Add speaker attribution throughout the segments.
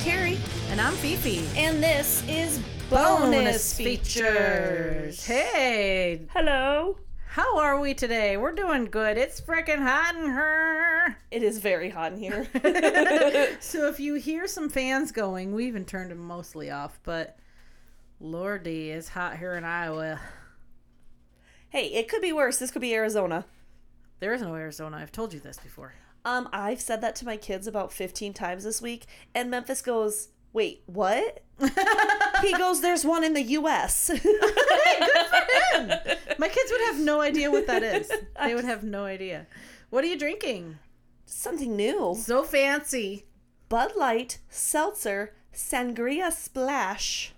Speaker 1: Carrie,
Speaker 2: And I'm Fifi.
Speaker 1: and this is
Speaker 2: Hey,
Speaker 1: Hello.
Speaker 2: how are we today? We're doing good. It's freaking hot in here.
Speaker 1: It is very hot in here.
Speaker 2: so if you hear some fans going, we even turned them mostly off, but lordy, it's hot here in Iowa.
Speaker 1: hey, it could be worse. This could be Arizona.
Speaker 2: There is no Arizona. I've told you this before.
Speaker 1: Um, I've said that to my kids about 15 times this week, and Memphis goes, Wait, what? he goes, There's one in the U.S.
Speaker 2: My kids would have no idea what that is. They would have no idea. What are you drinking?
Speaker 1: Something new.
Speaker 2: So fancy.
Speaker 1: Bud Light, Seltzer, Sangria Splash,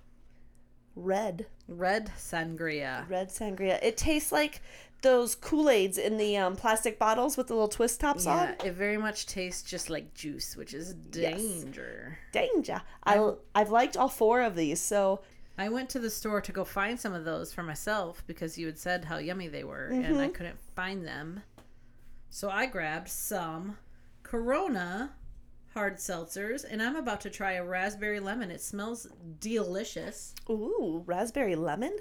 Speaker 1: Red.
Speaker 2: Red sangria.
Speaker 1: Red Sangria. It tastes like those Kool Aids in the um, plastic bottles with the little twist tops on.
Speaker 2: Yeah, it very much tastes just like juice, which is danger.
Speaker 1: Danger. I, I've liked all four of these, so
Speaker 2: I went to the store to go find some of those for myself because you had said how yummy they were and I couldn't find them. So I grabbed some Corona hard seltzers and I'm about to try a raspberry lemon. It smells delicious.
Speaker 1: ooh, raspberry lemon.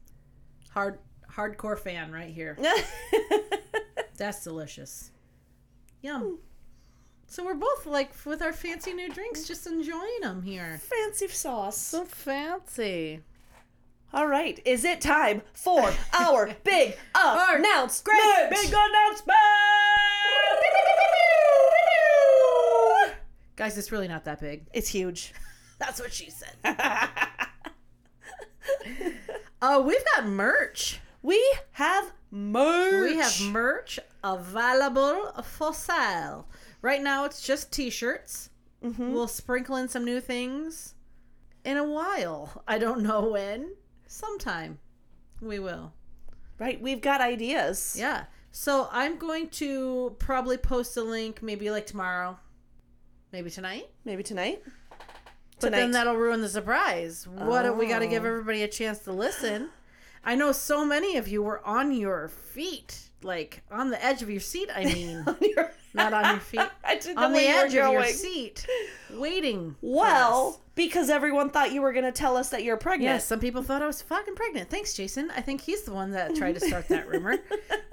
Speaker 2: Hard hardcore fan right here. That's delicious. Yum. So we're both like with our fancy new drinks just enjoying them here.
Speaker 1: Fancy sauce.
Speaker 2: So fancy.
Speaker 1: All right, is it time for our big
Speaker 2: Our
Speaker 1: announcement?
Speaker 2: Great big announcement! Guys, it's really not that big.
Speaker 1: It's huge.
Speaker 2: That's what she said. uh, we've got merch.
Speaker 1: We have merch.
Speaker 2: We have merch available for sale. Right now, it's just t-shirts. We'll sprinkle in some new things in a while. I don't know when. Sometime we will.
Speaker 1: right. We've got ideas.
Speaker 2: Yeah. So I'm going to probably post a link maybe like tomorrow, maybe tonight.
Speaker 1: Maybe tonight.
Speaker 2: But
Speaker 1: Tonight. Oh.
Speaker 2: then that'll ruin the surprise. What if we got to give everybody a chance to listen? I know so many of you were on your feet, like on the edge of your seat. I mean, not on your feet,
Speaker 1: I didn't
Speaker 2: on
Speaker 1: know
Speaker 2: the
Speaker 1: where you were
Speaker 2: edge of your
Speaker 1: going.
Speaker 2: seat, waiting. for us.
Speaker 1: Well, because everyone thought you were going to tell us that you're pregnant.
Speaker 2: yes, some people thought I was fucking pregnant. Thanks, Jason. I think he's the one that tried to start that rumor,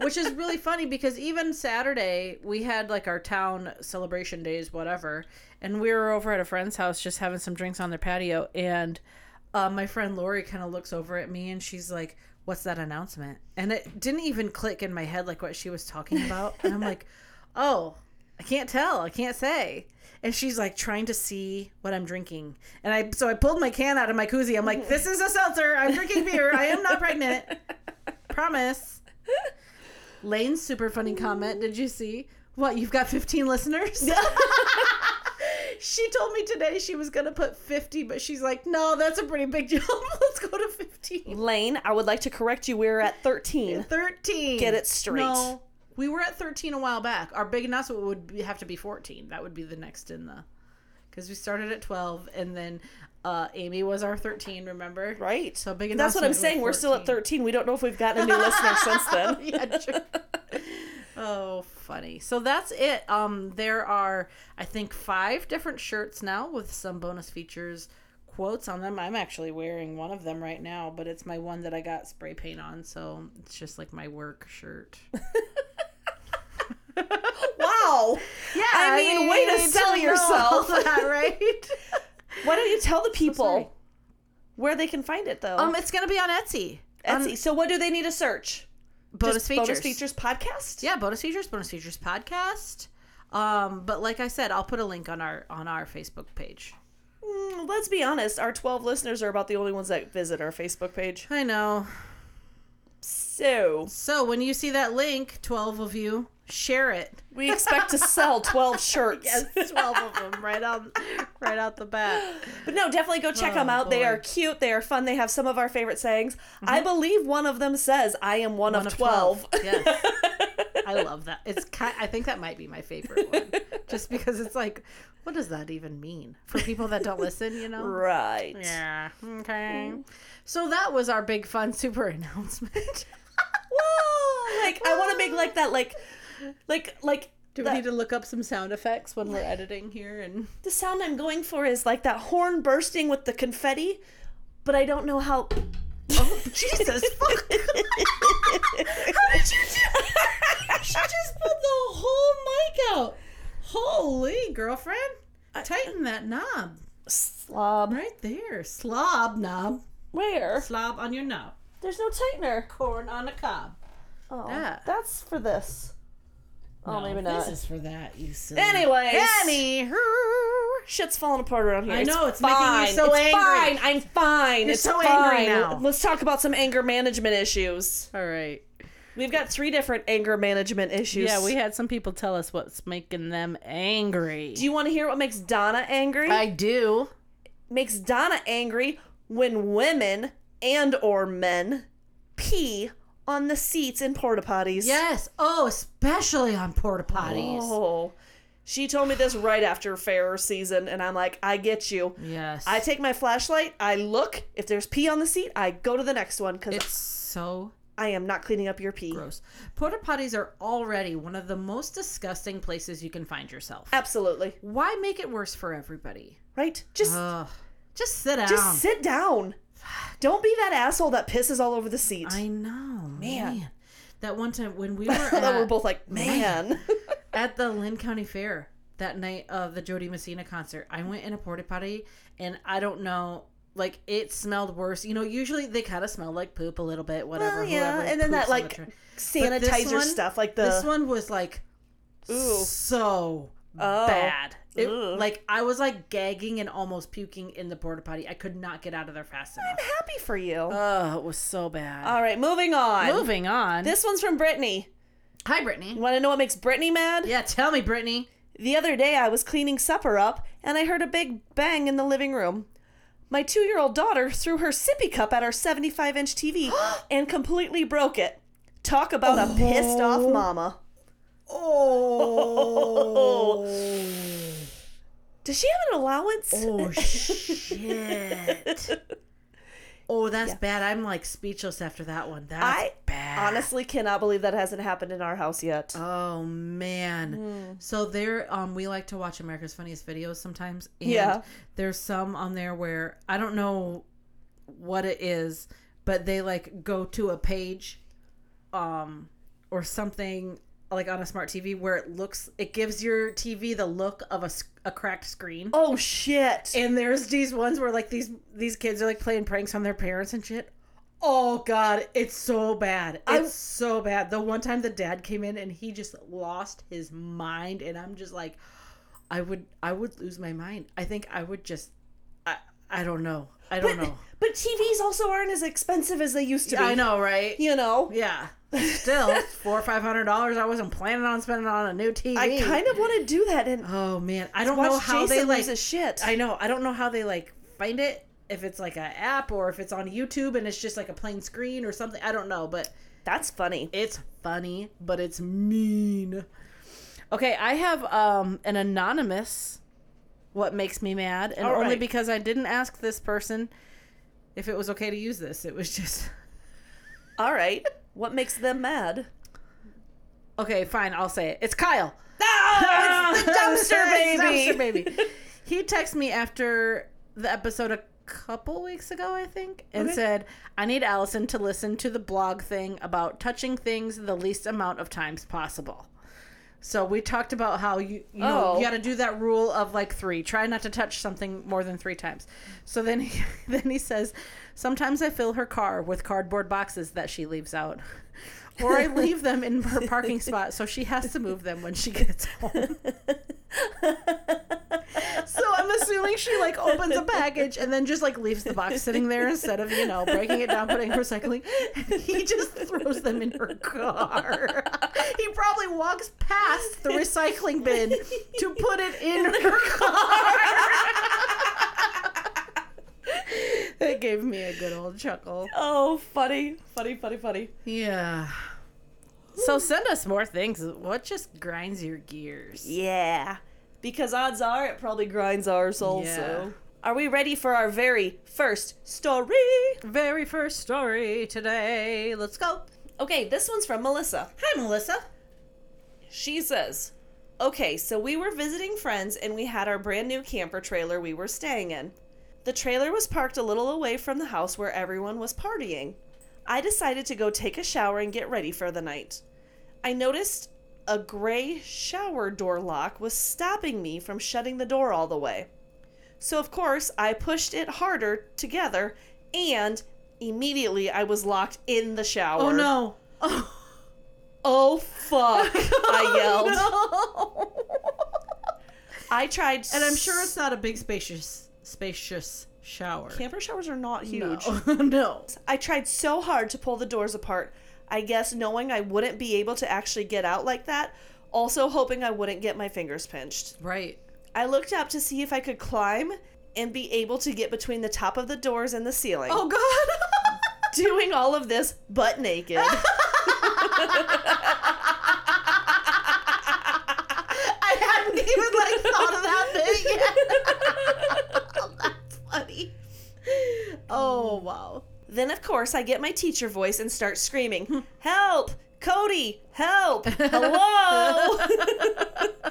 Speaker 2: which is really funny because even Saturday we had like our town celebration days, whatever, and we were over at a friend's house just having some drinks on their patio, and uh, my friend Lori kind of looks over at me and she's like, "What's that announcement?" And it didn't even click in my head like what she was talking about, and I'm like, "Oh." I can't tell. I can't say. And she's like trying to see what I'm drinking. And I so I pulled my can out of my koozie. I'm like, this is a seltzer. I'm drinking beer. I am not pregnant. Promise. Lane's super funny comment. Did you see? What, you've got 15 listeners? she told me today she was going to put 50, but she's like, no, that's a pretty big jump. Let's go to 15.
Speaker 1: Lane, I would like to correct you. We're at 13.
Speaker 2: 13.
Speaker 1: Get it straight.
Speaker 2: No, we were at 13 a while back. Our big announcement would be, have to be 14. That would be the next in the. Because we started at 12, and then uh, Amy was our 13, remember?
Speaker 1: Right.
Speaker 2: So big
Speaker 1: That's what
Speaker 2: announcement
Speaker 1: I'm
Speaker 2: was
Speaker 1: saying. We're still at 13. We don't know if we've gotten a new listener since then.
Speaker 2: yeah, true. Oh, funny. So that's it. Um, there are, I think, five different shirts now with some bonus features quotes on them. I'm actually wearing one of them right now, but it's my one that I got spray paint on, so it's just like my work shirt.
Speaker 1: Wow.
Speaker 2: Yeah,
Speaker 1: I mean, way to sell
Speaker 2: know
Speaker 1: yourself.
Speaker 2: that, right?
Speaker 1: Why don't you tell the
Speaker 2: sorry.
Speaker 1: people where they can find it, though?
Speaker 2: um, it's gonna be on Etsy.
Speaker 1: Etsy. so, what do they need to search?
Speaker 2: Bonus
Speaker 1: Just
Speaker 2: features.
Speaker 1: Bonus features podcast?
Speaker 2: Yeah, bonus features, bonus features podcast. Um, but like I said, I'll put a link on our on our Facebook page.
Speaker 1: Mm, let's be honest. Our 12 listeners are about the only ones that visit our Facebook page.
Speaker 2: I know.
Speaker 1: So,
Speaker 2: So when you see that link, twelve of you share it.
Speaker 1: we expect to sell 12 shirts.
Speaker 2: twelve of them right on, right out the bat.
Speaker 1: But no, definitely go check
Speaker 2: Oh,
Speaker 1: them out. They
Speaker 2: boy.
Speaker 1: are cute. They are fun. They have some of our favorite sayings. I believe one of them says, "I am one,
Speaker 2: Mm-hmm. One
Speaker 1: of 12.
Speaker 2: Yes, I love that. It's kind. I think that might be my favorite one, just because it's like, what does that even mean for people that don't listen? You know.
Speaker 1: right.
Speaker 2: Yeah. Okay. Mm. So that was our big fun super announcement.
Speaker 1: Whoa! Like I want to make like that like like like
Speaker 2: Do we need to look up some sound effects when we're editing here? And
Speaker 1: The sound I'm going for is like that horn bursting with the confetti, but I don't know how.
Speaker 2: oh Jesus! fuck.
Speaker 1: how
Speaker 2: did you do- she just pulled the whole mic out. Holy girlfriend! Tighten that knob
Speaker 1: Slob.
Speaker 2: right there. Slob knob.
Speaker 1: Where?
Speaker 2: Slob on your knob.
Speaker 1: There's no tightener.
Speaker 2: Corn on a cob.
Speaker 1: Oh,
Speaker 2: That.
Speaker 1: that's for this. Oh,
Speaker 2: No,
Speaker 1: maybe not.
Speaker 2: This is for that. You silly.
Speaker 1: Anyways,
Speaker 2: Anywho.
Speaker 1: shit's falling apart around here.
Speaker 2: I know, it's making me
Speaker 1: fine.
Speaker 2: so
Speaker 1: it's
Speaker 2: angry.
Speaker 1: Fine. I'm fine. it's
Speaker 2: so
Speaker 1: fine.
Speaker 2: angry now.
Speaker 1: Let's talk about some anger management issues.
Speaker 2: All right.
Speaker 1: We've got three different anger management issues.
Speaker 2: Yeah, we had some people tell us what's making them angry.
Speaker 1: Do you want to hear what makes Donna angry?
Speaker 2: I do.
Speaker 1: makes Donna angry when women and or men pee on the seats in porta potties.
Speaker 2: Yes. Oh, especially on porta potties.
Speaker 1: Oh. She told me this right after fair season and I'm like, I get you.
Speaker 2: Yes.
Speaker 1: I take my flashlight, I look, if there's pee on the seat, I go to the next one
Speaker 2: it's
Speaker 1: cuz
Speaker 2: so
Speaker 1: I am not cleaning up your pee.
Speaker 2: gross. Porta potties are already one of the most disgusting places you can find yourself.
Speaker 1: Uh, Absolutely.
Speaker 2: Why make it worse for everybody?
Speaker 1: Right? Just
Speaker 2: Ugh. Just sit down.
Speaker 1: just sit down. Don't be that asshole that pisses all over the seat.
Speaker 2: I know, man.
Speaker 1: Man.
Speaker 2: That one time when we were
Speaker 1: that
Speaker 2: at,
Speaker 1: we're both like, man.
Speaker 2: at the Lynn County Fair that night of the Jody Messina concert, I went in a porta potty and I don't know, like it smelled worse. You know, usually they kind of smell like poop a little bit, whatever.
Speaker 1: Well, Oh, yeah,
Speaker 2: whoever
Speaker 1: and then that
Speaker 2: poops on the
Speaker 1: like
Speaker 2: train. But this
Speaker 1: sanitizer
Speaker 2: one-
Speaker 1: stuff, like the
Speaker 2: this one was like
Speaker 1: Ooh.
Speaker 2: so
Speaker 1: Oh.
Speaker 2: bad. It,
Speaker 1: Ugh.
Speaker 2: like I was like gagging and almost puking in the porta potty. I could not get out of there fast enough.
Speaker 1: happy for you.
Speaker 2: Oh, it was so bad.
Speaker 1: All right, moving on.
Speaker 2: Moving on.
Speaker 1: This one's from Brittany.
Speaker 2: Hi, Brittany.
Speaker 1: You want to know what makes Brittany mad?
Speaker 2: Yeah, tell me, Brittany.
Speaker 1: The other day, I was cleaning supper up and I heard a big bang in the living room. My two year old daughter threw her sippy cup at our 75 inch TV and completely broke it. Talk about a pissed off mama.
Speaker 2: Oh.
Speaker 1: Does she have an allowance?
Speaker 2: Oh shit. Oh, that's bad. I'm like speechless after that one. That's
Speaker 1: I
Speaker 2: bad.
Speaker 1: honestly cannot believe that hasn't happened in our house yet.
Speaker 2: Oh
Speaker 1: Mm.
Speaker 2: man. So there um we like to watch America's Funniest Videos sometimes and
Speaker 1: Yeah.
Speaker 2: there's some on there where I don't know what it is, but they like go to a page um or something like on a smart TV where it looks it gives your TV the look of a, s- a cracked screen.
Speaker 1: oh, shit.
Speaker 2: And there's these ones where like these these kids are like playing pranks on their parents and shit. Oh god, it's so bad. It's
Speaker 1: I-
Speaker 2: so bad. The one time the dad came in and he just lost his mind and I'm just like I would I would lose my mind. I think I would just I I don't know. I don't know.
Speaker 1: But TVs also aren't as expensive as they used to be.
Speaker 2: I know, right?
Speaker 1: You know?
Speaker 2: Yeah. Still, four or five hundred dollars I wasn't planning on spending on a new TV.
Speaker 1: I kind of want to do that and
Speaker 2: Oh man. I don't
Speaker 1: watch
Speaker 2: know how
Speaker 1: Jason
Speaker 2: they like
Speaker 1: lose his shit.
Speaker 2: I know. I don't know how they like find it. If it's like an app or if it's on YouTube and it's just like a plain screen or something. I don't know, but
Speaker 1: That's funny.
Speaker 2: it's funny, but it's mean. Okay, I have um an anonymous what makes me mad and
Speaker 1: All
Speaker 2: only
Speaker 1: right.
Speaker 2: because I didn't ask this person if it was okay to use this. It was just
Speaker 1: All right. What makes them mad?
Speaker 2: Okay, fine, I'll say it. It's Kyle.
Speaker 1: it's the dumpster
Speaker 2: Ah! Dumpster
Speaker 1: baby.
Speaker 2: baby. He texted me after the episode a couple weeks ago, I think, and
Speaker 1: Okay.
Speaker 2: said, I need Allison to listen to the blog thing about touching things the least amount of times possible. So we talked about how you you know
Speaker 1: Oh.
Speaker 2: you got to do that rule of like three. Try not to touch something more than three times. So then he then he says, sometimes I fill her car with cardboard boxes that she leaves out, or I leave them in her parking spot so she has to move them when she gets home. So I'm assuming she like opens a package and then just like leaves the box sitting there instead of, you know, breaking it down, putting it in recycling. He just throws them in her car. He probably walks past the recycling bin to put it in her car. That gave me a good old chuckle.
Speaker 1: oh, funny, funny, funny, funny.
Speaker 2: Yeah. So send us more things. What just grinds your gears?
Speaker 1: Yeah, because odds are it probably grinds ours also.
Speaker 2: Yeah.
Speaker 1: Are we ready for our very first story?
Speaker 2: Very first story today. Let's go.
Speaker 1: Okay, this one's from Melissa.
Speaker 2: Hi, Melissa.
Speaker 1: She says, Okay, so we were visiting friends and we had our brand new camper trailer we were staying in. The trailer was parked a little away from the house where everyone was partying. I decided to go take a shower and get ready for the night. I noticed a gray shower door lock was stopping me from shutting the door all the way. So, of course, I pushed it harder together and immediately I was locked in the shower.
Speaker 2: Oh no. Oh,
Speaker 1: Oh fuck! I yelled.
Speaker 2: no.
Speaker 1: I tried,
Speaker 2: and I'm sure it's not a big spacious spacious shower.
Speaker 1: camper showers are not huge.
Speaker 2: No. no.
Speaker 1: I tried so hard to pull the doors apart. I guess knowing I wouldn't be able to actually get out like that, also hoping I wouldn't get my fingers pinched.
Speaker 2: Right.
Speaker 1: I looked up to see if I could climb and be able to get between the top of the doors and the ceiling.
Speaker 2: Oh god.
Speaker 1: Doing all of this butt naked.
Speaker 2: I hadn't even like thought of that bit yet. That's funny. Oh wow.
Speaker 1: then, of course, I get my teacher voice and start
Speaker 2: Hmm.
Speaker 1: screaming, Help! Cody, help! Hello!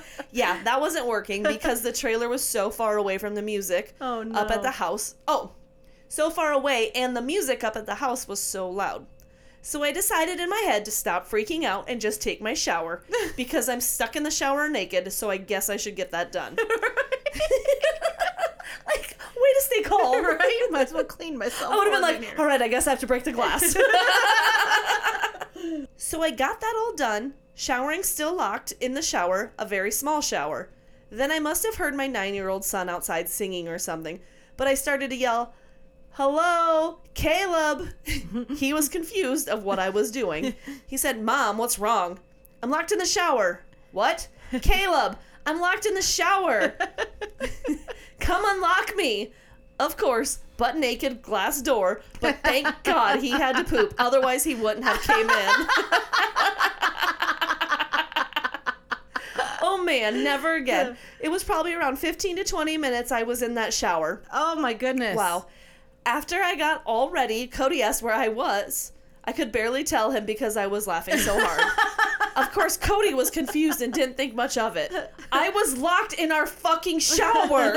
Speaker 1: yeah, that wasn't working because the trailer was so far away from the music.
Speaker 2: Oh no.
Speaker 1: up at the house. Oh, so far away, and the music up at the house was so loud. So I decided in my head to stop freaking out and just take my shower because I'm stuck in the shower naked, so I guess I should get that done. like, way to stay calm.
Speaker 2: right? Might as well clean myself.
Speaker 1: I would have been
Speaker 2: while I'm in
Speaker 1: like, all
Speaker 2: here.
Speaker 1: right, I guess I have to break the glass. so I got that all done, showering still locked in the shower, a very small shower. Then I must have heard my nine year old son outside singing or something, but I started to yell, Hello, Caleb. he was confused of what I was doing. He said, Mom, what's wrong? I'm locked in the shower. What? Caleb, I'm locked in the shower. Come unlock me. Of course, butt naked, glass door. But thank God he had to poop. Otherwise, he wouldn't have came in. oh man, never again. It was probably around 15 to 20 minutes I was in that shower.
Speaker 2: oh my goodness.
Speaker 1: Wow. After I got all ready, Cody asked where I was. I could barely tell him because I was laughing so hard. of course, Cody was confused and didn't think much of it. I was locked in our fucking shower.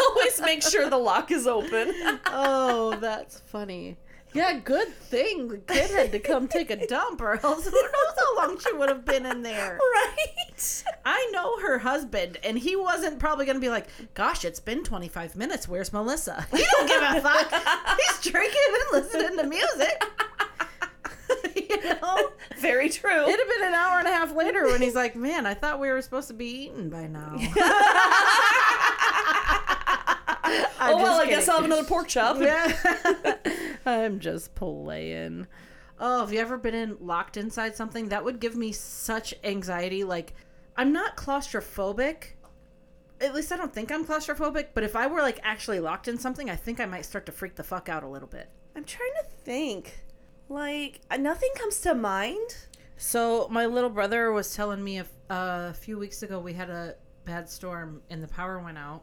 Speaker 1: Always make sure the lock is open.
Speaker 2: Oh, that's funny. Yeah, good thing the kid had to come take a dump, or else who knows how long she would have been in there.
Speaker 1: Right?
Speaker 2: I know her husband, and he wasn't probably going to be like, "Gosh, it's been 25 minutes. Where's Melissa?" He don't give a fuck. He's drinking and listening to music. you know,
Speaker 1: Very true.
Speaker 2: it'd have been an hour and a half later when he's like, "Man, I thought we were supposed to be eating by now." I'm
Speaker 1: oh, well,
Speaker 2: just
Speaker 1: I guess
Speaker 2: kidding.
Speaker 1: I'll have another pork chop.
Speaker 2: Yeah. I'm just playing. Oh, have you ever been in locked inside something? That would give me such anxiety. Like, I'm not claustrophobic. At least I don't think I'm claustrophobic, but if I were like actually locked in something, I think I might start to freak the fuck out a little bit.
Speaker 1: I'm trying to think. Like, nothing comes to mind.
Speaker 2: So, my little brother was telling me a, f- a few weeks ago we had a bad storm and the power went out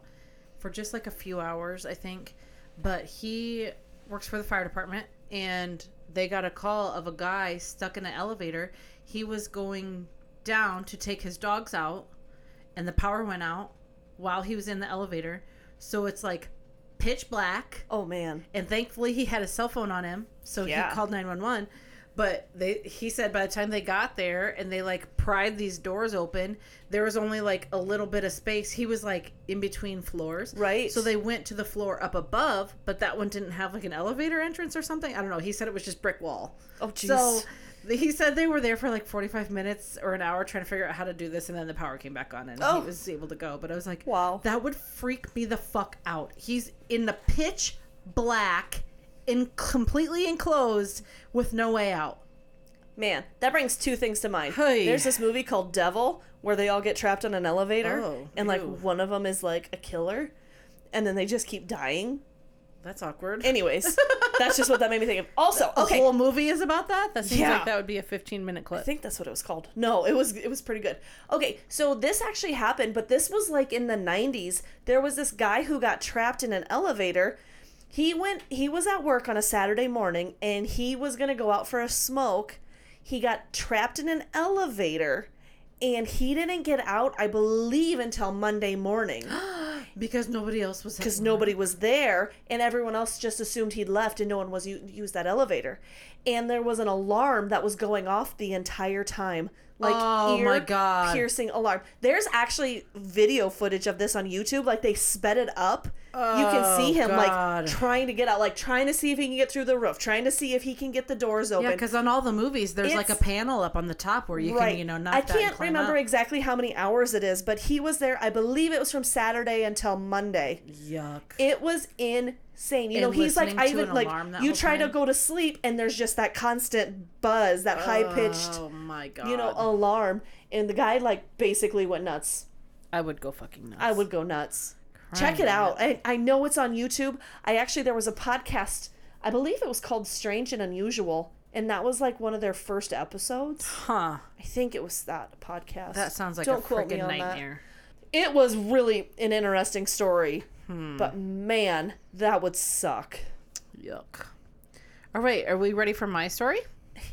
Speaker 2: for just like a few hours, I think. But he works for the fire department and they got a call of a guy stuck in an elevator. He was going down to take his dogs out and the power went out while he was in the elevator. So, it's like pitch black
Speaker 1: Oh, man.
Speaker 2: and thankfully he had a cell phone on him so
Speaker 1: Yeah.
Speaker 2: he called 911 but they he said by the time they got there and they like pried these doors open there was only like a little bit of space he was like in between floors
Speaker 1: Right.
Speaker 2: so they went to the floor up above but that one didn't have like an elevator entrance or something i don't know he said it was just brick wall
Speaker 1: Oh, jeez.
Speaker 2: so th- he said they were there for like 45 minutes or an hour trying to figure out how to do this and then the power came back on and
Speaker 1: Oh.
Speaker 2: he was able to go but i was like
Speaker 1: Wow.
Speaker 2: that would freak me the fuck out he's in the pitch black in completely enclosed with no way out
Speaker 1: Man, that brings two things to mind.
Speaker 2: Hey.
Speaker 1: There's this movie called Devil where they all get trapped on an elevator,
Speaker 2: Oh,
Speaker 1: and like
Speaker 2: ew.
Speaker 1: one of them is like a killer, and then they just keep dying.
Speaker 2: that's awkward
Speaker 1: Anyways, that's just what that made me think of. Also,
Speaker 2: the
Speaker 1: okay,
Speaker 2: whole movie is about that that seems
Speaker 1: Yeah.
Speaker 2: like that would be a 15 minute clip
Speaker 1: I think that's what it was called. No, it was it was pretty good. Okay, so this actually happened, but this was like in the 90s. There was this guy who got trapped in an elevator. He went he was at work on a Saturday morning and he was going to go out for a smoke. He got trapped in an elevator and he didn't get out, I believe, until Monday morning
Speaker 2: because nobody else was.
Speaker 1: because nobody was there and everyone else just assumed he'd left and no one was u- used that elevator and there was an alarm that was going off the entire time like
Speaker 2: Oh, my God.
Speaker 1: piercing alarm there's actually video footage of this on youtube like they sped it up you can see
Speaker 2: Oh,
Speaker 1: him
Speaker 2: God.
Speaker 1: like trying to get out like trying to see if he can get through the roof trying to see if he can get the doors
Speaker 2: Yeah,
Speaker 1: open
Speaker 2: because on all the movies, there's like a
Speaker 1: It's-
Speaker 2: panel up on the top where you can, you know, knock
Speaker 1: I
Speaker 2: down and
Speaker 1: can't
Speaker 2: climb
Speaker 1: remember
Speaker 2: up.
Speaker 1: exactly how many hours it is, but he was there. I believe it was from Saturday until Monday.
Speaker 2: Yuck.
Speaker 1: It was insane. You
Speaker 2: And
Speaker 1: know, he's like,
Speaker 2: listening
Speaker 1: I
Speaker 2: to
Speaker 1: even
Speaker 2: an
Speaker 1: like,
Speaker 2: alarm that
Speaker 1: you
Speaker 2: whole
Speaker 1: try to
Speaker 2: time.
Speaker 1: go to sleep, and there's just that constant buzz, that high pitched,
Speaker 2: Oh my god.
Speaker 1: you know, alarm, and the guy like basically went nuts.
Speaker 2: I would go fucking nuts.
Speaker 1: I would go nuts. Check
Speaker 2: Crying
Speaker 1: it out. I, I know it's on YouTube. I actually there was a podcast. I believe it was called Strange and Unusual, and that was like one of their first episodes.
Speaker 2: Huh.
Speaker 1: I think it was that podcast.
Speaker 2: That sounds like a
Speaker 1: quote me
Speaker 2: freaking
Speaker 1: on that.
Speaker 2: nightmare.
Speaker 1: It was really an interesting story,
Speaker 2: Hmm.
Speaker 1: but man, that would suck.
Speaker 2: Yuck. All right, are we ready for my story?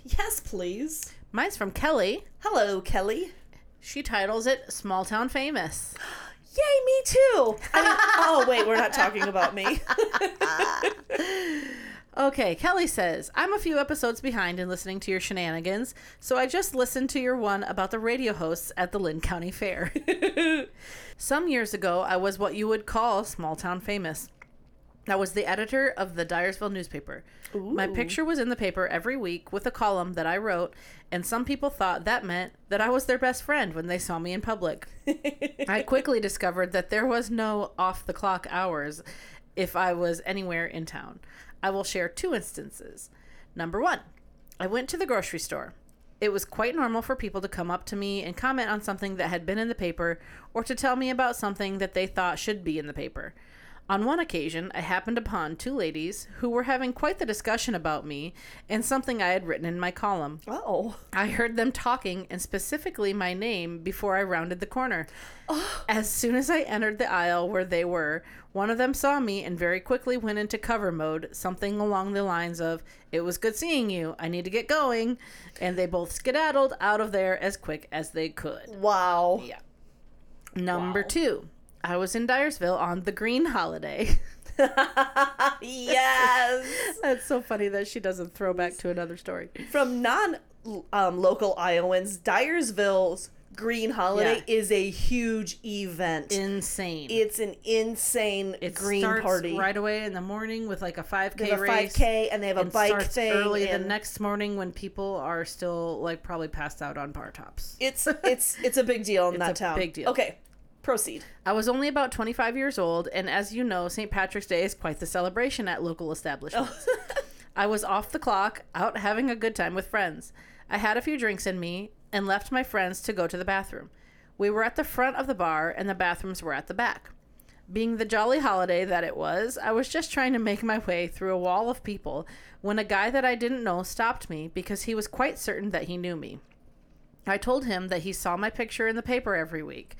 Speaker 1: Yes, please.
Speaker 2: Mine's from Kelly.
Speaker 1: Hello, Kelly.
Speaker 2: She titles it Small Town Famous.
Speaker 1: Yay, me too. I mean, oh wait, we're not talking about me.
Speaker 2: Okay, Kelly says, I'm a few episodes behind in listening to your shenanigans, so I just listened to your one about the radio hosts at the Lynn County Fair. Some years ago, I was what you would call small town famous. I was the editor of the Dyersville newspaper. My picture was in the paper every week with a column that I wrote, and some people thought that meant that I was their best friend when they saw me in public. I quickly discovered that there was no off the clock hours if I was anywhere in town. I will share two instances. Number one, I went to the grocery store. It was quite normal for people to come up to me and comment on something that had been in the paper or to tell me about something that they thought should be in the paper. On one occasion, I happened upon two ladies who were having quite the discussion about me and something I had written in my column.
Speaker 1: Oh,
Speaker 2: I heard them talking and specifically my name before I rounded the corner.
Speaker 1: Oh.
Speaker 2: As soon as I entered the aisle where they were, one of them saw me and very quickly went into cover mode, something along the lines of, It was good seeing you. I need to get going. And they both skedaddled out of there as quick as they could.
Speaker 1: wow.
Speaker 2: Yeah. Number two, I was in Dyersville on the green holiday.
Speaker 1: yes.
Speaker 2: That's so funny that she does a throwback to another story.
Speaker 1: From non um, local Iowans, Dyersville's Green Holiday is a huge event.
Speaker 2: Insane.
Speaker 1: it's an insane
Speaker 2: It
Speaker 1: green
Speaker 2: starts
Speaker 1: party.
Speaker 2: right away in the morning with like a 5k
Speaker 1: they have a
Speaker 2: race
Speaker 1: 5K and they have a
Speaker 2: and
Speaker 1: bike
Speaker 2: starts
Speaker 1: thing.
Speaker 2: early
Speaker 1: and
Speaker 2: the next morning when people are still like probably passed out on bar tops
Speaker 1: It's it's it's a big deal in that
Speaker 2: a
Speaker 1: town.
Speaker 2: big deal.
Speaker 1: Okay, proceed.
Speaker 2: i was only about 25 years old and as you know st patrick's day is quite the celebration at local establishments i was off the clock out having a good time with friends i had a few drinks in me and left my friends to go to the bathroom we were at the front of the bar and the bathrooms were at the back Being the jolly holiday that it was, I was just trying to make my way through a wall of people when a guy that I didn't know stopped me because he was quite certain that he knew me. I told him that he saw my picture in the paper every week.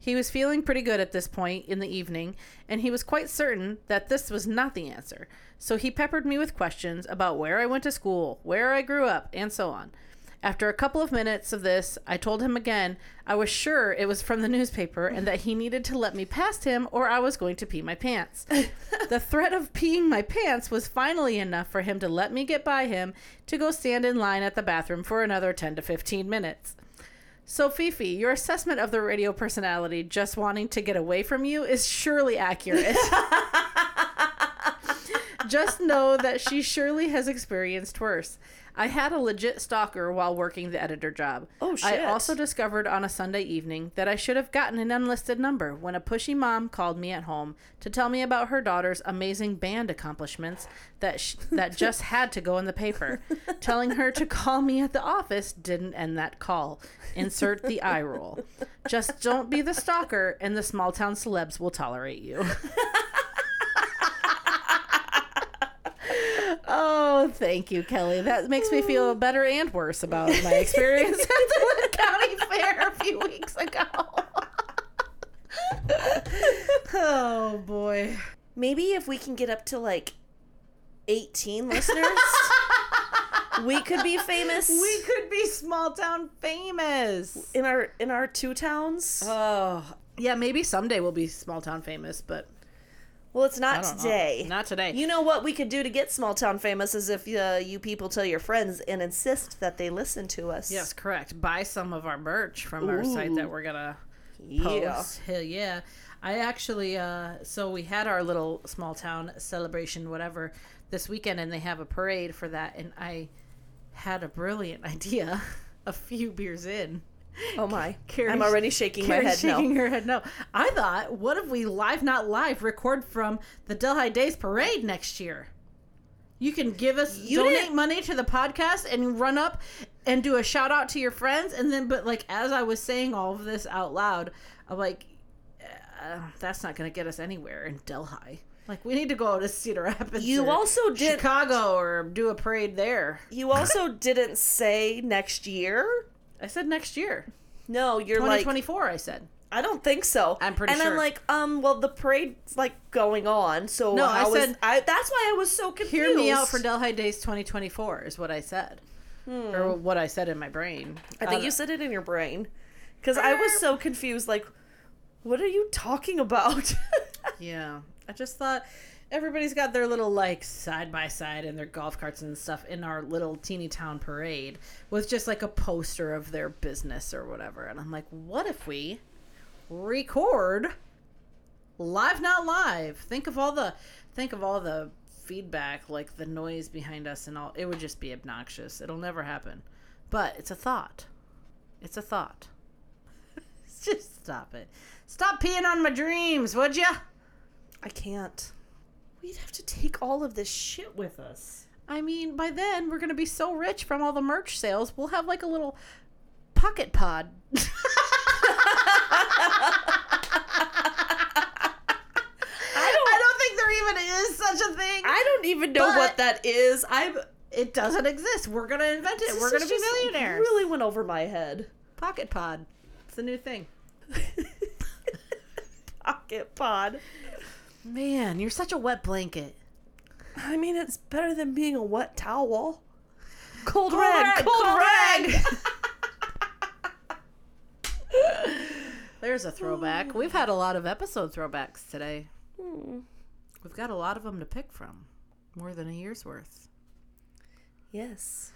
Speaker 2: He was feeling pretty good at this point in the evening, and he was quite certain that this was not the answer. So he peppered me with questions about where I went to school, where I grew up, and so on. After a couple of minutes of this, I told him again I was sure it was from the newspaper and that he needed to let me past him or I was going to pee my pants. the threat of peeing my pants was finally enough for him to let me get by him to go stand in line at the bathroom for another 10 to 15 minutes. So, Fifi, your assessment of the radio personality just wanting to get away from you is surely accurate. just know that she surely has experienced worse. I had a legit stalker while working the editor job.
Speaker 1: Oh,
Speaker 2: I
Speaker 1: shit.
Speaker 2: also discovered on a Sunday evening that I should have gotten an unlisted number when a pushy mom called me at home to tell me about her daughter's amazing band accomplishments that sh- that just had to go in the paper. Telling her to call me at the office didn't end that call. Insert the eye roll. Just don't be the stalker, and the small town celebs will tolerate you. Oh, thank you, Kelly. That makes me feel better and worse about my experience at the Lynn County Fair a few weeks ago. oh boy.
Speaker 1: Maybe if we can get up to like eighteen listeners, we could be famous
Speaker 2: We could be small town famous.
Speaker 1: in our in our two towns.
Speaker 2: Oh, yeah, maybe someday we'll be small town famous, but
Speaker 1: well, it's
Speaker 2: I
Speaker 1: not
Speaker 2: don't know.
Speaker 1: today.
Speaker 2: Not today.
Speaker 1: You know what we could do to get small town famous is if uh, you people tell your friends and insist that they listen to us.
Speaker 2: yes, correct. Buy some of our merch from our site that we're gonna
Speaker 1: Yeah.
Speaker 2: post. Hell yeah. I actually, uh, so we had our little small town celebration, whatever, this weekend, and they have a parade for that. And I had a brilliant idea a few beers in.
Speaker 1: Oh my.
Speaker 2: Carrie's-
Speaker 1: I'm already shaking my head
Speaker 2: Karen's shaking
Speaker 1: now.
Speaker 2: her head no. I thought, what if we live, not live, record from the Delhi Days Parade next year? You can give us
Speaker 1: You
Speaker 2: donate
Speaker 1: didn't-
Speaker 2: money to the podcast and run up and do a shout out to your friends and then but like as I was saying all of this out loud, I'm like uh, that's not going to get us anywhere in Delhi. Like we need to go to Cedar Rapids.
Speaker 1: You
Speaker 2: or
Speaker 1: also did
Speaker 2: Chicago or do a parade there.
Speaker 1: you also didn't say next year?
Speaker 2: I said next year,
Speaker 1: No, you're like
Speaker 2: 2024. I said.
Speaker 1: I don't think so.
Speaker 2: I'm pretty
Speaker 1: and
Speaker 2: sure.
Speaker 1: I'm like, um, well, the parade's like going on, so
Speaker 2: No, I
Speaker 1: how is-
Speaker 2: said-
Speaker 1: I, that's why I was so confused.
Speaker 2: Hear me out for Delhi Days 2024 is what I said. Or what I said in my brain.
Speaker 1: Hmm.
Speaker 2: Uh,
Speaker 1: I think you said it in your brain, because I was so confused. Like, what are you talking about?
Speaker 2: Yeah. I just thought everybody's got their little like side by side and their golf carts and stuff in our little teeny town parade with just like a poster of their business or whatever. And I'm like, what if we record live not live? Think of all the think of all the feedback, like the noise behind us and all it would just be obnoxious. It'll never happen. But it's a thought. It's a thought. just stop it. Stop peeing on my dreams, would ya?
Speaker 1: I can't. We'd have to take all of this shit with us.
Speaker 2: I mean, by then we're gonna be so rich from all the merch sales, we'll have like a little pocket pod. I don't, think there even is such a thing.
Speaker 1: I don't even know
Speaker 2: But-
Speaker 1: what that is. I'm.
Speaker 2: it doesn't exist. We're gonna invent it.
Speaker 1: this
Speaker 2: We're
Speaker 1: is
Speaker 2: gonna be
Speaker 1: just
Speaker 2: millionaires.
Speaker 1: Really went over my head.
Speaker 2: Pocket pod. It's a new thing.
Speaker 1: Pocket pod.
Speaker 2: Man, you're such a wet blanket.
Speaker 1: I mean, it's better than being a wet towel. Cold,
Speaker 2: rag,
Speaker 1: rag, cold,
Speaker 2: cold
Speaker 1: rag.
Speaker 2: There's a throwback. We've had a lot of episode throwbacks today.
Speaker 1: Hmm.
Speaker 2: We've got a lot of them to pick from. More than a year's worth.
Speaker 1: Yes.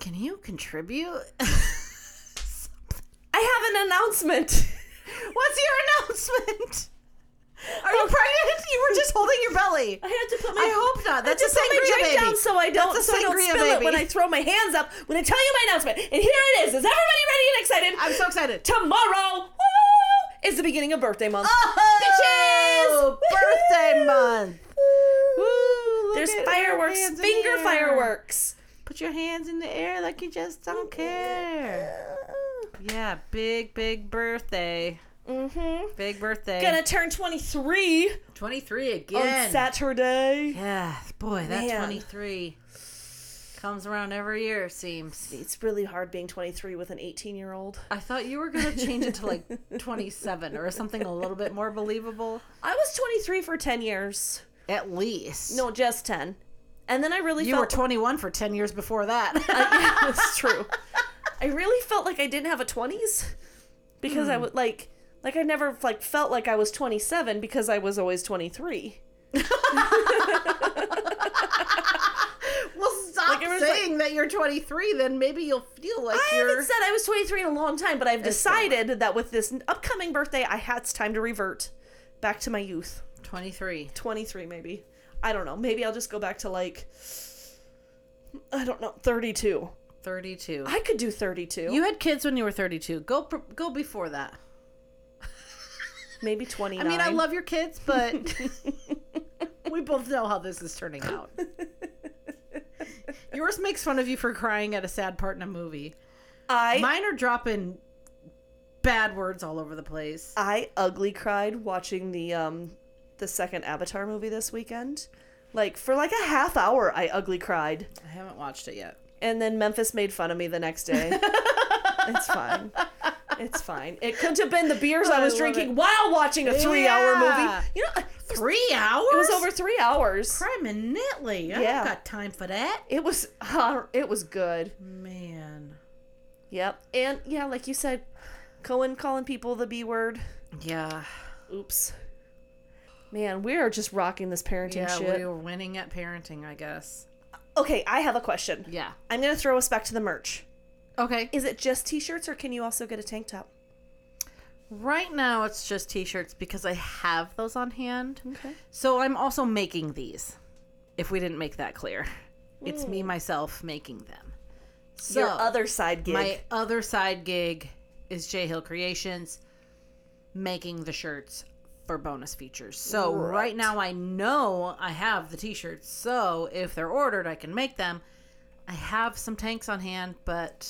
Speaker 2: Can you contribute?
Speaker 1: I have an announcement.
Speaker 2: What's your announcement? Are you pregnant? You were just holding your belly.
Speaker 1: Oh. I had to put my
Speaker 2: I hope not. That's
Speaker 1: I
Speaker 2: a
Speaker 1: just put my
Speaker 2: sangria
Speaker 1: drink
Speaker 2: baby.
Speaker 1: down so I don't
Speaker 2: That's a
Speaker 1: so I don't
Speaker 2: sangria
Speaker 1: spill
Speaker 2: baby.
Speaker 1: it when I throw my hands up when I tell you my announcement. And here it is. Is everybody ready and excited?
Speaker 2: I'm so excited.
Speaker 1: Tomorrow woo, is the beginning of birthday month.
Speaker 2: Oh,
Speaker 1: Bitches!
Speaker 2: birthday
Speaker 1: Woohoo!
Speaker 2: month. Woo, look
Speaker 1: There's
Speaker 2: at your
Speaker 1: fireworks,
Speaker 2: hands in the
Speaker 1: finger
Speaker 2: air.
Speaker 1: fireworks.
Speaker 2: Put your hands in the air like you just don't care.
Speaker 1: Uh-uh.
Speaker 2: Yeah, big, big birthday.
Speaker 1: Mm-hmm.
Speaker 2: Big birthday.
Speaker 1: Gonna turn 23
Speaker 2: 23
Speaker 1: on
Speaker 2: again.
Speaker 1: Saturday.
Speaker 2: yeah, boy, that
Speaker 1: Man.
Speaker 2: 23 comes around every year, it seems.
Speaker 1: It's really hard being 23 with an 18 year old.
Speaker 2: I thought you were going to change it to like 27 or something a little bit more believable.
Speaker 1: I was 23 for 10 years.
Speaker 2: At least.
Speaker 1: No, just 10. And then I really
Speaker 2: you were
Speaker 1: felt
Speaker 2: 21 for 10 years before that.
Speaker 1: yeah, that's true. I really felt like I didn't have a 20s because I would like like I never like felt like I was 27 because I was always 23.
Speaker 2: well, stop
Speaker 1: it was
Speaker 2: saying that you're 23, then maybe you'll feel like
Speaker 1: I
Speaker 2: you're.
Speaker 1: haven't said I was 23 in a long time, but I've
Speaker 2: fine.
Speaker 1: decided that with this upcoming birthday, I had it's time to revert back to my youth.
Speaker 2: 23.
Speaker 1: 23 maybe. I don't know. Maybe I'll just go back to like I don't know, 32.
Speaker 2: 32.
Speaker 1: I could do 32.
Speaker 2: You had kids when you were 32. Go pr- go before that.
Speaker 1: maybe 29.
Speaker 2: I mean, I love your kids, but we both know how this is turning out. Yours makes fun of you for crying at a sad part in a movie.
Speaker 1: I
Speaker 2: Mine are dropping bad words all over the place.
Speaker 1: I ugly cried watching the um the second Avatar movie this weekend. Like for like a half hour I ugly cried.
Speaker 2: I haven't watched it yet.
Speaker 1: And then Memphis made fun of me the next day. it's fine. It's fine. It couldn't have been the beers
Speaker 2: Oh, I
Speaker 1: I was
Speaker 2: love
Speaker 1: drinking while watching a three hour
Speaker 2: Yeah.
Speaker 1: movie. You know, three
Speaker 2: Three hours?
Speaker 1: It was over three hours.
Speaker 2: Criminally. I
Speaker 1: Yeah.
Speaker 2: don't got time for that.
Speaker 1: It was hor- it was good.
Speaker 2: Man.
Speaker 1: Yep. And yeah, like you said, Cohen calling people the B word.
Speaker 2: Yeah.
Speaker 1: Oops. Man, we are just rocking this parenting
Speaker 2: Yeah,
Speaker 1: shit.
Speaker 2: we were winning at parenting, I guess.
Speaker 1: Okay, I have a question.
Speaker 2: Yeah.
Speaker 1: I'm gonna throw us back to the merch.
Speaker 2: Okay.
Speaker 1: Is it just t-shirts, or can you also get a tank top?
Speaker 2: Right now it's just t shirts because I have those on hand.
Speaker 1: Okay.
Speaker 2: So I'm also making these, if we didn't make that clear. It's me, myself, making them. So
Speaker 1: Your other side gig.
Speaker 2: my other side gig is J Hill Creations making the shirts for bonus features. So right.
Speaker 1: Right.
Speaker 2: now I know I have the t-shirts. So if they're ordered, I can make them. I have some tanks on hand, but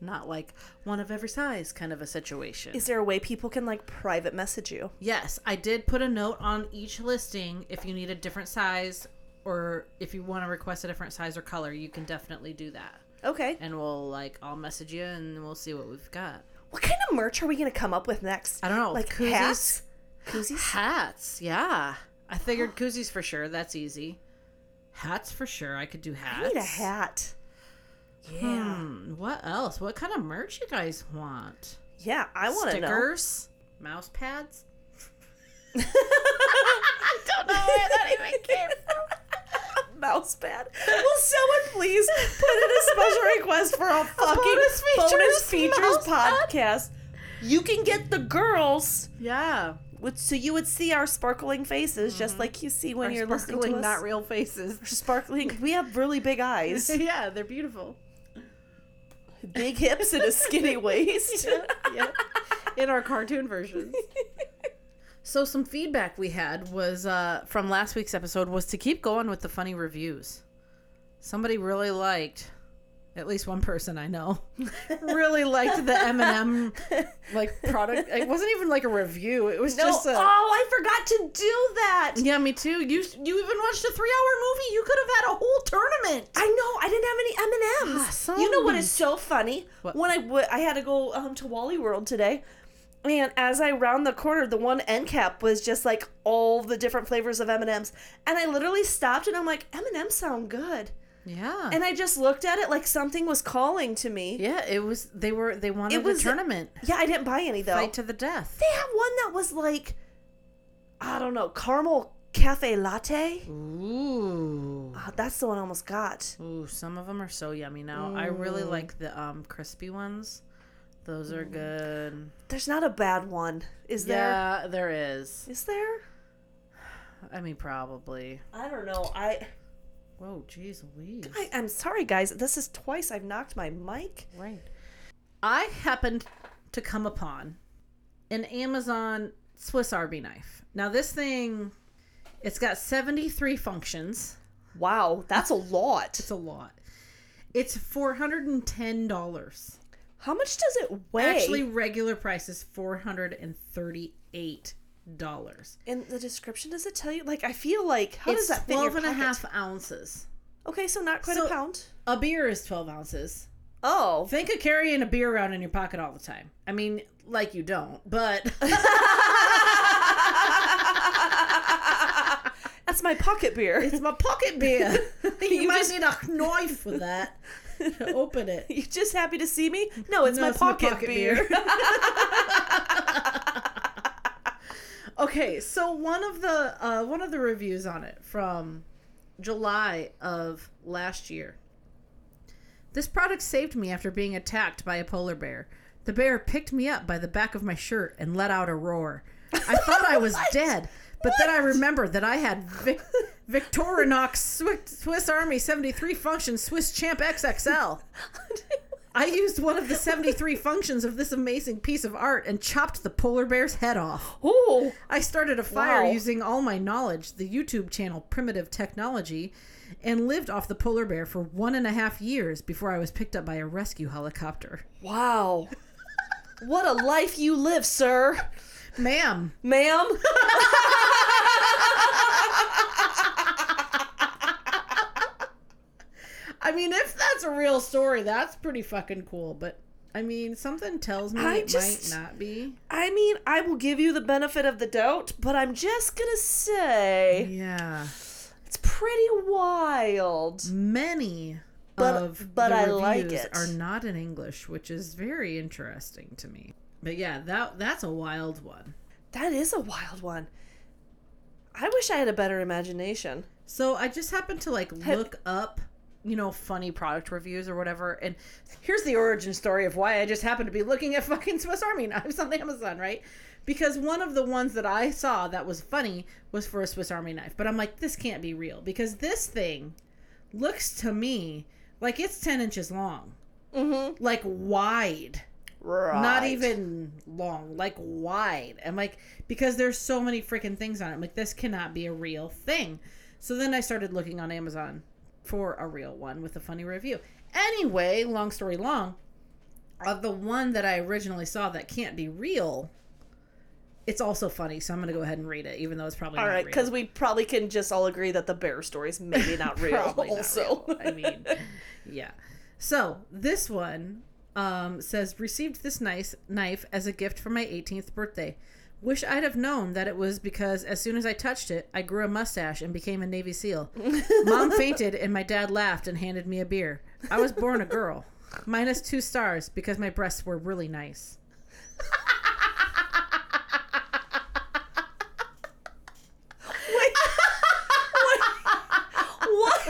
Speaker 2: not like one of every size kind of a situation.
Speaker 1: Is there a way people can like private message you?
Speaker 2: Yes, I did put a note on each listing if you need a different size or if you want to request a different size or color, you can definitely do that.
Speaker 1: Okay.
Speaker 2: And we'll like I'll message you and we'll see what we've got.
Speaker 1: What kind of merch are we gonna come up with next?
Speaker 2: I don't know,
Speaker 1: Like
Speaker 2: koozies?
Speaker 1: hats, koozies.
Speaker 2: Hats, yeah. I figured koozies for sure, that's easy. Hats for sure. I could do hats.
Speaker 1: I need a hat. Yeah.
Speaker 2: Hmm, what else? What kind of merch you guys want?
Speaker 1: Yeah, I want to know.
Speaker 2: Stickers? Mouse pads? I don't know where that even came
Speaker 1: Mouse pad. Will someone please put in a special request for a fucking bonus
Speaker 2: bonus
Speaker 1: features,
Speaker 2: features mouse pad.
Speaker 1: podcast? You can get the girls,
Speaker 2: Yeah.
Speaker 1: which, so you would see our sparkling faces, just like you see when
Speaker 2: Mm-hmm. Our
Speaker 1: you're listening to
Speaker 2: sparkling,
Speaker 1: us.
Speaker 2: not real faces.
Speaker 1: Sparkling. We have really big eyes,
Speaker 2: yeah, they're beautiful.
Speaker 1: big hips, and a skinny waist.
Speaker 2: Yep. In our cartoon versions. So some feedback we had was uh, from last week's episode was to keep going with the funny reviews. Somebody really liked, at least one person I know, really liked the M and M like product. It wasn't even like a review. It was
Speaker 1: No,
Speaker 2: just a,
Speaker 1: oh, I forgot to do that.
Speaker 2: yeah, me too. You you even watched a three hour movie. You could have had a whole tournament.
Speaker 1: I know. I didn't have any M and M's.
Speaker 2: Awesome.
Speaker 1: You know what is so funny?
Speaker 2: Ah, What?
Speaker 1: When I w- I had to go um, to Wally World today, and as I round the corner, the one end cap was just like all the different flavors of M and M's, and I literally stopped and I'm like, M and M's sound good,
Speaker 2: Yeah,
Speaker 1: and I just looked at it like something was calling to me. Yeah,
Speaker 2: yeah. It was they were they wanted
Speaker 1: was-
Speaker 2: a tournament
Speaker 1: I didn't buy any though.
Speaker 2: fight to the death.
Speaker 1: they had one that was like, I don't know, caramel cafe latte.
Speaker 2: Ooh.
Speaker 1: Ah, that's the one I almost got.
Speaker 2: Ooh, some of them are so yummy now. I
Speaker 1: Mm.
Speaker 2: really like the um crispy ones. Those are good.
Speaker 1: There's not a bad one, Mm. is there?
Speaker 2: Yeah, there is.
Speaker 1: Is there?
Speaker 2: I mean, probably.
Speaker 1: I don't know. I,
Speaker 2: Whoa, jeez Louise.
Speaker 1: I I'm sorry, guys. This is twice I've knocked my mic.
Speaker 2: Right. I happened to come upon an Amazon Swiss Army knife. Now, this thing, it's got 73 functions.
Speaker 1: Wow, that's a lot.
Speaker 2: It's a lot. It's $410.
Speaker 1: How much does it weigh?
Speaker 2: Actually, regular price is $438.
Speaker 1: in the description, does it tell you? Like, I feel like how does that fit in
Speaker 2: 12
Speaker 1: your
Speaker 2: and a
Speaker 1: pocket?
Speaker 2: half ounces.
Speaker 1: Okay, so not quite a
Speaker 2: So-
Speaker 1: pound.
Speaker 2: A beer is 12 ounces.
Speaker 1: Oh,
Speaker 2: Think of carrying a beer around in your pocket all the time. I mean, like you don't, but
Speaker 1: that's my pocket beer.
Speaker 2: it's my pocket beer. you,
Speaker 1: You
Speaker 2: might
Speaker 1: just-
Speaker 2: need a knife for that to open it.
Speaker 1: you just happy to see me? No, it's,
Speaker 2: No,
Speaker 1: my,
Speaker 2: it's my
Speaker 1: pocket
Speaker 2: pocket
Speaker 1: beer.
Speaker 2: Okay, so one of the uh, one of the reviews on it from July of last year. This product saved me after being attacked by a polar bear. The bear picked me up by the back of my shirt and let out a roar. I thought I was dead, but then I remembered that I had Vic- Victorinox Swiss, Swiss Army 73 function Swiss Champ XXL. I used one of the 73 functions of this amazing piece of art and chopped the polar bear's head off.
Speaker 1: Ooh,
Speaker 2: I started a fire
Speaker 1: Wow.
Speaker 2: using all my knowledge, the YouTube channel Primitive Technology, and lived off the polar bear for one and a half years before I was picked up by a rescue helicopter.
Speaker 1: wow. What a life you live, sir,
Speaker 2: Ma'am,
Speaker 1: ma'am.
Speaker 2: I mean, if that's a real story, that's pretty fucking cool, but I mean, something tells me
Speaker 1: I
Speaker 2: it
Speaker 1: just-
Speaker 2: might not be.
Speaker 1: I mean, I will give you the benefit of the doubt, but I'm just gonna say
Speaker 2: Yeah.
Speaker 1: it's pretty wild.
Speaker 2: Many
Speaker 1: But-
Speaker 2: of
Speaker 1: but
Speaker 2: the
Speaker 1: I
Speaker 2: reviews
Speaker 1: like it.
Speaker 2: are not in English, which is very interesting to me. But yeah, that that's a wild one.
Speaker 1: That is a wild one. I wish I had a better imagination.
Speaker 2: So I just happened to like
Speaker 1: Have-
Speaker 2: look up, you know, funny product reviews or whatever. And here's the origin story of why I just happened to be looking at fucking Swiss Army knives on Amazon, right? Because one of the ones that I saw that was funny was for a Swiss Army knife. But I'm like, this can't be real because this thing looks to me like it's 10 inches long,
Speaker 1: Mm-hmm.
Speaker 2: like wide
Speaker 1: Right.
Speaker 2: not even long, like wide. I'm like, because there's so many freaking things on it. I'm like, this cannot be a real thing. So then I started looking on Amazon for a real one with a funny review. Anyway, long story long, of the one that I originally saw that can't be real, it's also funny. So I'm gonna go ahead and read it, even though it's probably
Speaker 1: All
Speaker 2: not
Speaker 1: right,
Speaker 2: real.
Speaker 1: because we probably can just all agree that the bear story's maybe not real.
Speaker 2: Probably not
Speaker 1: also,
Speaker 2: real. I mean, yeah. So this one um, says received this nice knife as a gift for my 18th birthday. Wish I'd have known that it was because as soon as I touched it, I grew a mustache and became a Navy SEAL. Mom fainted and my dad laughed and handed me a beer. I was born a girl, minus two stars because my breasts were really nice.
Speaker 1: what?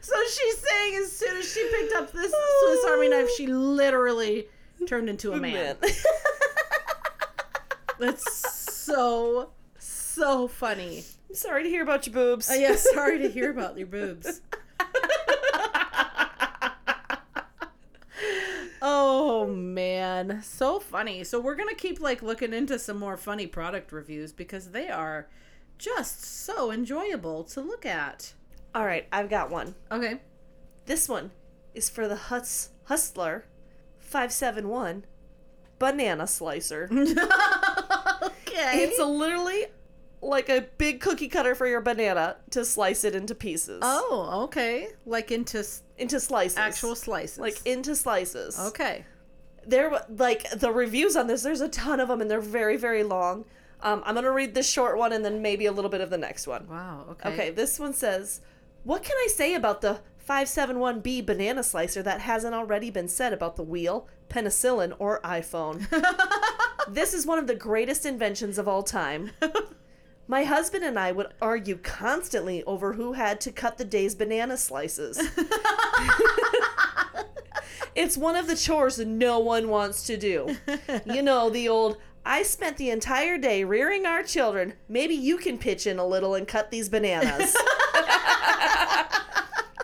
Speaker 2: So she's saying as soon as she picked up this Swiss Army knife, she literally turned into a man. That's so so funny.
Speaker 1: I'm sorry to hear about your boobs.
Speaker 2: Uh, yeah, sorry to hear about your boobs. oh man, so funny. So we're gonna keep like looking into some more funny product reviews because they are just so enjoyable to look at.
Speaker 1: All right, I've got one.
Speaker 2: Okay.
Speaker 1: This one is for the Huts Hustler 571 Banana Slicer.
Speaker 2: okay.
Speaker 1: It's a literally like a big cookie cutter for your banana to slice it into pieces.
Speaker 2: oh, okay. Like into s-
Speaker 1: Into slices.
Speaker 2: actual slices.
Speaker 1: like into slices.
Speaker 2: okay.
Speaker 1: There wa- like the reviews on this, there's a ton of them and they're very very long. Um, I'm going to read this short one and then maybe a little bit of the next one.
Speaker 2: Wow. Okay.
Speaker 1: Okay, this one says, What can I say about the 571B banana slicer that hasn't already been said about the wheel, penicillin, or iPhone? this is one of the greatest inventions of all time. My husband and I would argue constantly over who had to cut the day's banana slices. it's one of the chores no one wants to do. You know, the old, I spent the entire day rearing our children. Maybe you can pitch in a little and cut these bananas.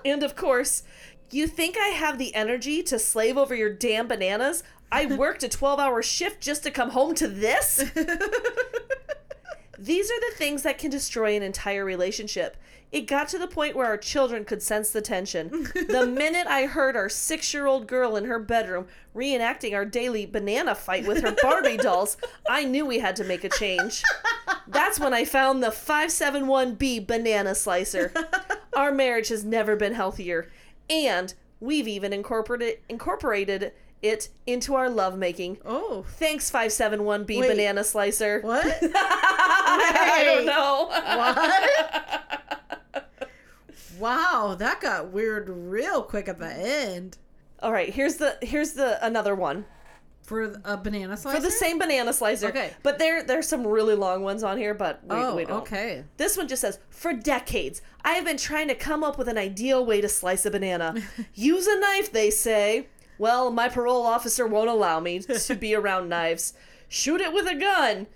Speaker 1: and of course, you think I have the energy to slave over your damn bananas? I worked a 12 hour shift just to come home to this? These are the things that can destroy an entire relationship. It got to the point where our children could sense the tension. the minute I heard our six year old girl in her bedroom reenacting our daily banana fight with her Barbie dolls, I knew we had to make a change. That's when I found the 571B banana slicer. Our marriage has never been healthier, and we've even incorporated, incorporated it into our lovemaking.
Speaker 2: Oh.
Speaker 1: Thanks, 571B
Speaker 2: Wait.
Speaker 1: banana slicer.
Speaker 2: What?
Speaker 1: I
Speaker 2: Wait.
Speaker 1: don't know.
Speaker 2: Wow, that got weird real quick at the end.
Speaker 1: All right, here's the here's the another one
Speaker 2: For a banana slicer?
Speaker 1: for the same banana slicer.
Speaker 2: Okay.
Speaker 1: but there there's some really long ones on here, but we,
Speaker 2: Oh,
Speaker 1: we don't.
Speaker 2: okay.
Speaker 1: This one just says, for decades, I have been trying to come up with an ideal way to slice a banana. Use a knife, they say. Well, my parole officer won't allow me to be around knives. Shoot it with a gun.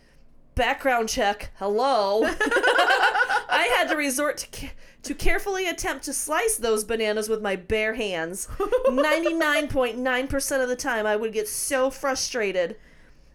Speaker 1: Background check. Hello. I had to resort to, ca- to carefully attempt to slice those bananas with my bare hands. 99.9% of the time, I would get so frustrated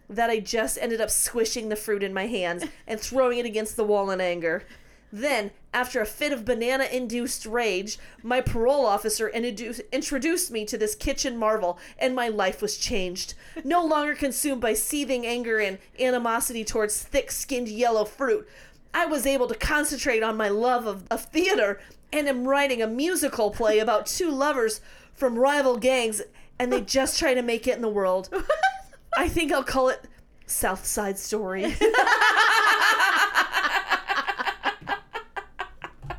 Speaker 1: that I just ended up squishing the fruit in my hands and throwing it against the wall in anger. Then, after a fit of banana induced rage, my parole officer introduce- introduced me to this kitchen marvel, and my life was changed. No longer consumed by seething anger and animosity towards thick skinned yellow fruit, I was able to concentrate on my love of, of theater and am writing a musical play about two lovers from rival gangs and they just try to make it in the world. I think I'll call it South Side Story. Not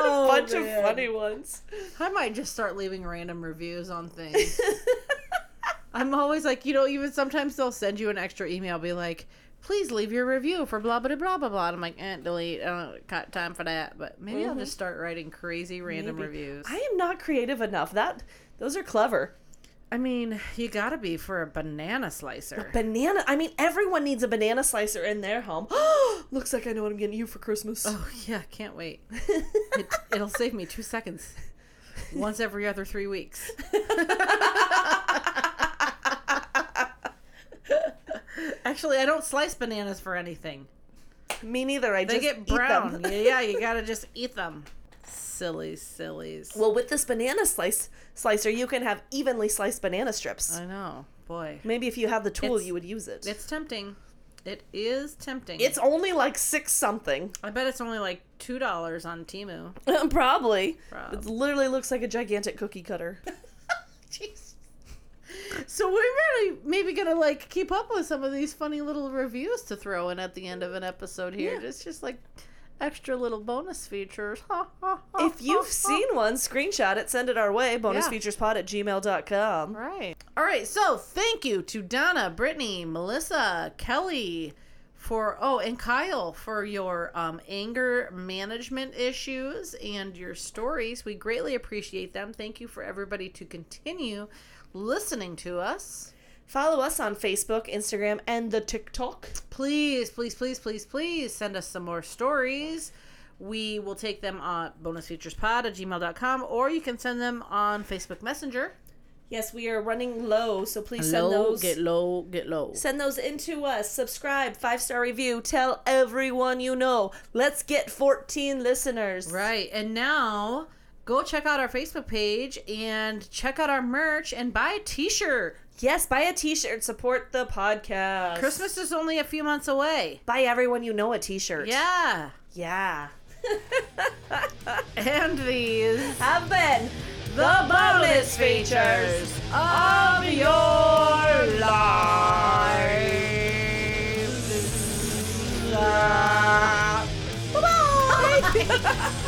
Speaker 2: Oh,
Speaker 1: a bunch
Speaker 2: man.
Speaker 1: of funny ones.
Speaker 2: I might just start leaving random reviews on things. I'm always like, you know, even sometimes they'll send you an extra email, be like, please leave your review for blah, blah, blah, blah, blah. And I'm like, eh, delete. I don't got time for that. But maybe I'll just start writing crazy random
Speaker 1: Maybe.
Speaker 2: reviews.
Speaker 1: I am not creative enough. That those are clever.
Speaker 2: I mean, you gotta be for a banana slicer.
Speaker 1: Banana. I mean, everyone needs a banana slicer in their home. Looks like I know what I'm getting you for Christmas.
Speaker 2: Oh, yeah, can't wait. It, it'll save me two seconds once every other three weeks. Actually, I don't slice bananas for anything.
Speaker 1: Me neither. I
Speaker 2: They
Speaker 1: just
Speaker 2: get
Speaker 1: eat
Speaker 2: brown.
Speaker 1: them.
Speaker 2: yeah, yeah, you gotta just eat them. Silly, sillies.
Speaker 1: Well, with this banana slice slicer, you can have evenly sliced banana strips.
Speaker 2: I know, boy.
Speaker 1: Maybe if you had the tool,
Speaker 2: Uh, It's-
Speaker 1: you would use it. It's,
Speaker 2: It's tempting. It is tempting.
Speaker 1: only like six something.
Speaker 2: I bet it's only like two dollars on Timu.
Speaker 1: Probably.
Speaker 2: Prob-
Speaker 1: It literally looks like a gigantic cookie cutter.
Speaker 2: Jeez. So we're really maybe gonna like keep up with some of these funny little reviews to throw in at the end of an episode here.
Speaker 1: Yeah.
Speaker 2: It's just like extra little bonus features.
Speaker 1: if you've seen one, screenshot it, send it our way. Bonusfeaturespod at gmail.com.
Speaker 2: Right. All right. So thank you to Donna, Brittany, Melissa, Kelly for, oh, and Kyle for your um, anger management issues and your stories. We greatly appreciate them. Thank you for everybody to continue listening to us.
Speaker 1: Follow us on Facebook, Instagram, and the TikTok.
Speaker 2: Please, please, please, please, please send us some more stories. We will take them on bonusfeaturespod at gmail.com or you can send them on Facebook Messenger.
Speaker 1: Yes, we are running low, so please send those.
Speaker 2: get low, get low.
Speaker 1: Send those into us. Subscribe, five star review. Tell everyone you know. Let's get 14 listeners.
Speaker 2: Right. And now go check out our Facebook page and check out our merch and buy a t shirt.
Speaker 1: Yes, buy a t shirt. Support the podcast.
Speaker 2: Christmas is only a few months away.
Speaker 1: Buy everyone you know a t shirt.
Speaker 2: Yeah.
Speaker 1: Yeah.
Speaker 2: And these
Speaker 1: Have been
Speaker 2: the bonus features of your lives. Bye bye.